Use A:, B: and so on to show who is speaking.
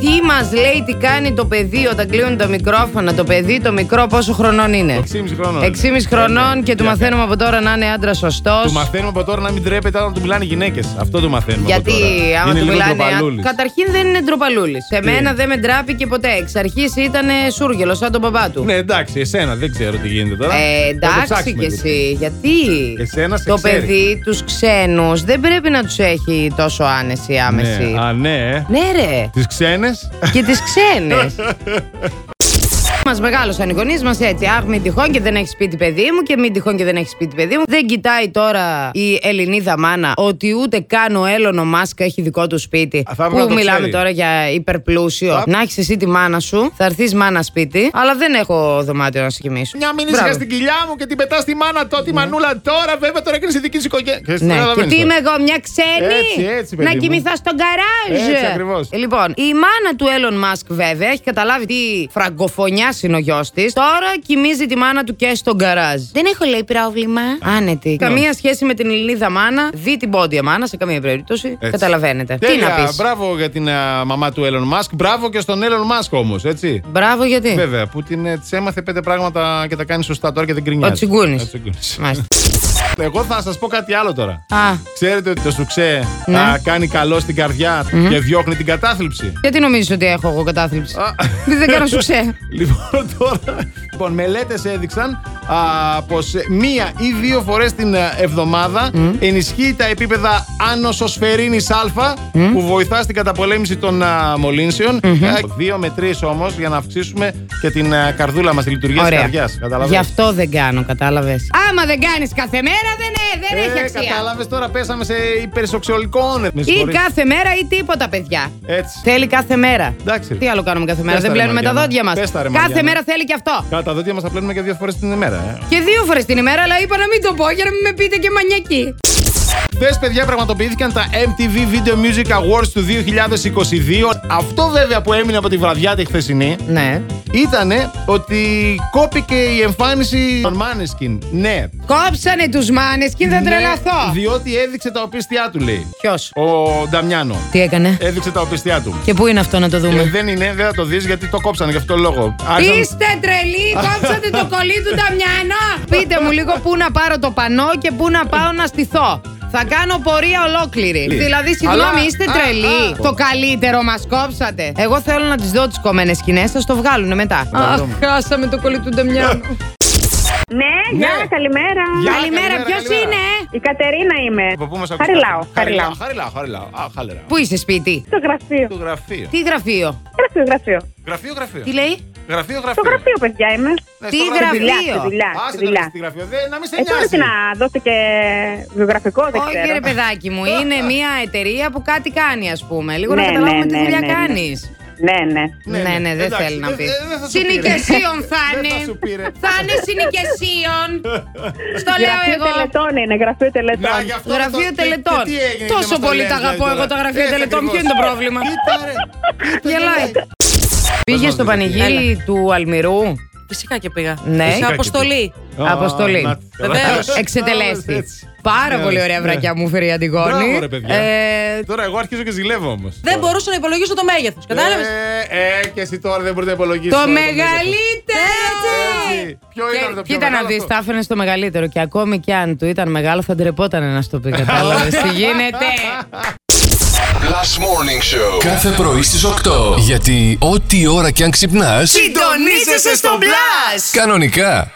A: Τι μας λέει, τι κάνει το παιδί όταν κλείνουν τα μικρόφωνα. Το παιδί, το μικρό, πόσο χρονών είναι.
B: 6,5 χρόνων.
A: 6,5 Ε, χρονών και του
B: Για-
A: μαθαίνουμε από τώρα να είναι άντρας σωστός.
B: Του μαθαίνουμε από τώρα να μην τρέπεται όταν του μιλάνε γυναίκες. Αυτό το μαθαίνουμε.
A: Γιατί
B: από τώρα.
A: άμα
B: Είναι
A: του
B: λίγο
A: μιλάνε.
B: ντροπαλούλης.
A: Καταρχήν δεν είναι ντροπαλούλης. Σε μένα δεν με ντράπηκε ποτέ. Εξ αρχής ήταν σούργελος, σαν τον παπά του.
B: Ναι, εντάξει, εσένα δεν ξέρω τι γίνεται τώρα.
A: Ε,
B: Θα το
A: εντάξει
B: ψάξουμε
A: κι
B: λίγο.
A: εσύ. Γιατί
B: Εσένα σε
A: το
B: ξέρει.
A: παιδί, τους ξένους, δεν πρέπει να τους έχει τόσο άνεση άμεση.
B: Ναι. Α, ναι.
A: Ναι, ρε.
B: Τις ξένες.
A: και τις ξένες. Μας μεγάλωσαν οι γονείς μας έτσι. Αχ, μην τυχόν και δεν έχεις σπίτι παιδί μου και μην τυχόν και δεν έχεις σπίτι παιδί μου. Δεν κοιτάει τώρα η Ελληνίδα μάνα ότι ούτε καν ο Έλλονο Μάσκα έχει δικό του σπίτι.
B: Α, θα έπρεπε να
A: Που
B: το
A: μιλάμε
B: ξέρει.
A: τώρα για υπερπλούσιο.
B: Θα-
A: Να έχεις εσύ τη μάνα σου, θα έρθεις μάνα σπίτι, αλλά δεν έχω δωμάτιο να σε κοιμήσω.
B: Μια μην
A: Μπράβο.
B: είσαι στην κοιλιά μου και την πετάς στη μάνα τότε, τη μανούλα τώρα, βέβαια τώρα έκανε τη δική σου οικογένεια.
A: Ναι, και τι είμαι εγώ, μια ξένη.
B: Έτσι, έτσι, παιδί
A: να
B: μου.
A: κοιμηθώ στον καράζ.
B: Έτσι ακριβώς.
A: Ε, Λοιπόν, η μάνα του Έλλον Μάσκ, βέβαια, έχει καταλάβει τι φραγκοφωνιά είναι ο γιος της. Τώρα κοιμίζει τη μάνα του και στον καράζ. Δεν έχω, λέει, πρόβλημα.
B: Ναι.
A: Άνετη. Καμία σχέση με την Ελληνίδα μάνα. Δει την πόντια μάνα σε καμία περίπτωση. Καταλαβαίνετε. Τι να πεις.
B: Μπράβο για την α, μαμά του Έλλον Μάσκ. Μπράβο και στον Έλλον Μάσκ όμως, έτσι.
A: Μπράβο, γιατί.
B: Βέβαια, που την ε, της έμαθε πέντε πράγματα και τα κάνει σωστά τώρα και δεν κρινιάζει.
A: Ο Τσιγκούνης.
B: Ο Τσιγκούνης.
A: Μάλιστα.
B: Εγώ θα σας πω κάτι άλλο τώρα.
A: Α,
B: Ξέρετε ότι το σουξέ
A: Ναι.
B: α, κάνει καλό στην καρδια και διώχνει την κατάθλιψη.
A: γιατί νομίζεις ότι έχω εγώ κατάθλιψη.
B: Α.
A: Γιατί δεν κάνω σουξέ.
B: Λοιπόν, τώρα. Λοιπόν, μελέτες έδειξαν πω μία ή δύο φορές την α, εβδομάδα ενισχύει τα επίπεδα άνοσοσφαιρίνη Α που βοηθά στην καταπολέμηση των α, μολυνσεων Α, Δύο με τρεις όμως για να αυξήσουμε και την α, καρδούλα μας, τη λειτουργία της
A: Ωραία.
B: καρδιάς.
A: Γι'
B: Κατάλαβε.
A: αυτό δεν κάνω, κατάλαβες. Άμα δεν κάνεις κάθε μέρα, δεν, ε, δεν έχει αξία.
B: Κατάλαβες τώρα, πέσαμε σε υπερσοξιολικό όνειρο. Με
A: Ή
B: συγχωρείς.
A: κάθε μέρα ή τίποτα, παιδιά.
B: Έτσι.
A: Θέλει κάθε μέρα.
B: Εντάξει, ρε.
A: Τι άλλο κάνουμε κάθε μέρα,
B: Πες
A: δεν
B: τα, ρε,
A: πλένουμε τα
B: Μαριάννα.
A: δόντια μας.
B: Πες τα, ρε,
A: Κάθε
B: Μαριάννα.
A: μέρα θέλει και αυτό.
B: Κατά τα δόντια μας τα πλένουμε και δύο φορές την ημέρα. Ε.
A: Και δύο φορές την ημέρα, αλλά είπα να μην το πω για να μην με πείτε και μανιακή.
B: Χθες, παιδιά, πραγματοποιήθηκαν τα MTV Video Music Awards του 2022. Αυτό, βέβαια, που έμεινε από τη βραδιά τη χθεσινή
A: Ναι.
B: ήταν ότι κόπηκε η εμφάνιση των Maneskin. Ναι.
A: Κόψανε τους μάνε και θα
B: Ναι,
A: τρελαθώ.
B: Διότι έδειξε τα οπίστια του, λέει.
A: Ποιος.
B: Ο Νταμιάνο.
A: Τι έκανε.
B: Έδειξε τα οπίστια του.
A: Και πού είναι αυτό να το
B: Ε,
A: δούμε.
B: δεν είναι, δεν θα το δεις γιατί το κόψανε γι' αυτό το λόγο. Άρχισαν-
A: Είστε τρελοί, κόψατε το κολλή του Νταμιάνο. Πείτε μου λίγο πού να πάρω το πανό και πού να πάω να στηθώ. Θα κάνω πορεία ολόκληρη.
B: Λί.
A: Δηλαδή, συγγνώμη,
B: Αλλά-
A: είστε
B: Α,
A: τρελοί.
B: α.
A: Το καλύτερο μας κόψατε. Εγώ θέλω να τις δω τις κομμένες σκηνές, θα το βγάλουν μετά.
B: Να
A: Αχ,
B: δούμε.
A: χάσαμε το κολλή του Νταμιάνου.
C: Ναι,
B: Ναι.
C: γεια, καλημέρα.
B: Γεια.
A: Καλημέρα,
B: καλημέρα,
A: ποιος
B: καλημέρα.
A: είναι.
C: Η Κατερίνα είμαι.
B: Από πού μας ακούτε?
C: Χαριλάω, χαριλάω.
B: Χαριλάω, χαριλάω. Α, χαλερά.
A: Πού είσαι σπίτι,
C: Στο γραφείο.
B: Το γραφείο.
A: τι γραφείο,
C: Γραφείο, γραφείο.
B: Γραφείο, γραφείο.
A: τι λέει.
B: Γραφείο,
C: Στο
B: γραφείο.
C: γραφείο, παιδιά, είμαι.
B: Ναι,
A: Τι
B: στο
A: γραφείο.
C: Στη δουλειά, στη δουλειά, στη
B: Άσε το
C: δουλειά.
B: στη γραφείο. Δεν, να μην σε
C: Ε, τώρα τι
B: νοιάζει.
C: να δώσετε και βιογραφικό, δεν
A: Όχι, ρε
C: ξέρω.
A: παιδάκι μου, είναι μια εταιρεία που κάτι κάνει, ας πούμε. Λίγο να
C: Ναι,
A: καταλάβουμε
C: ναι,
A: τι
C: ναι,
A: δουλειά
C: ναι, ναι.
A: κάνεις.
C: Ναι, ναι.
A: Ναι, ναι, δεν
B: εντάξει,
A: θέλει να
B: δεν- ε,
A: πει.
B: δεν- δεν θα σου πει, ρε.
A: Συνοικεσίων θα
B: Δεν
A: είναι.
B: θα σου πει, ρε.
A: Θα είναι συνοικεσίων. Στο λέω
C: Γραφείο
A: εγώ.
C: τελετών είναι, γραφείο τελετών.
B: Να, γι' αυτό
A: Γραφείο
B: το- τι-
A: τελετών.
B: τι- τι έγινε και
A: Τόσο
B: μας το
A: πολύ
B: λες,
A: τα αγαπώ
B: δηλαδή,
A: εγώ τα
B: τώρα.
A: γραφεία
B: Έτσι
A: τελετών. Ποιο
B: ακριβώς.
A: είναι το πρόβλημα.
B: Κοίτα, ρε. Κοίτα,
A: Γελάει.
B: γελάει.
A: Πήγε
B: μας
A: στο
B: το δείτε.
A: πανηγύρι του Αλμυρού.
D: Φυσικά και πήγα.
A: Ναι.
D: Είχα αποστολή.
B: Α,
A: Αποστολή.
B: να-
D: Βεβαίως.
A: Εξετελέστης.
B: Έτσι.
A: Πάρα
B: Ναι,
A: πολύ ωραία
B: ναι.
A: βρακιά μου φέρει η Αντιγόνη.
B: Μπράβο, ρε, παιδιά.
A: Ε,
B: Τώρα εγώ αρχίζω και ζηλεύω όμως.
D: Δεν μπορούσα να υπολογίσω το μέγεθος. Κατάλαβες.
B: Ε, ε, και εσύ τώρα δεν μπορείτε να υπολογίσετε.
A: Το
B: όλο
A: μεγαλύτερο!
B: Έτσι. Ποιο
A: Και
B: ήταν το πιο
A: Κοίτα να
B: μεγάλο
A: δεις,
B: αυτό?
A: τα έφερνε στο μεγαλύτερο. Και ακόμη κι αν του ήταν μεγάλο, θα ντρεπόταν να στο πει. Κατάλαβες τι γίνεται.
E: Last Morning Show.
F: Κάθε πρωί στις 8. Γιατί ό,τι ώρα κι αν ξυπνάς,
A: Συντονίζεσαι στο μπλα!
F: κανονικά.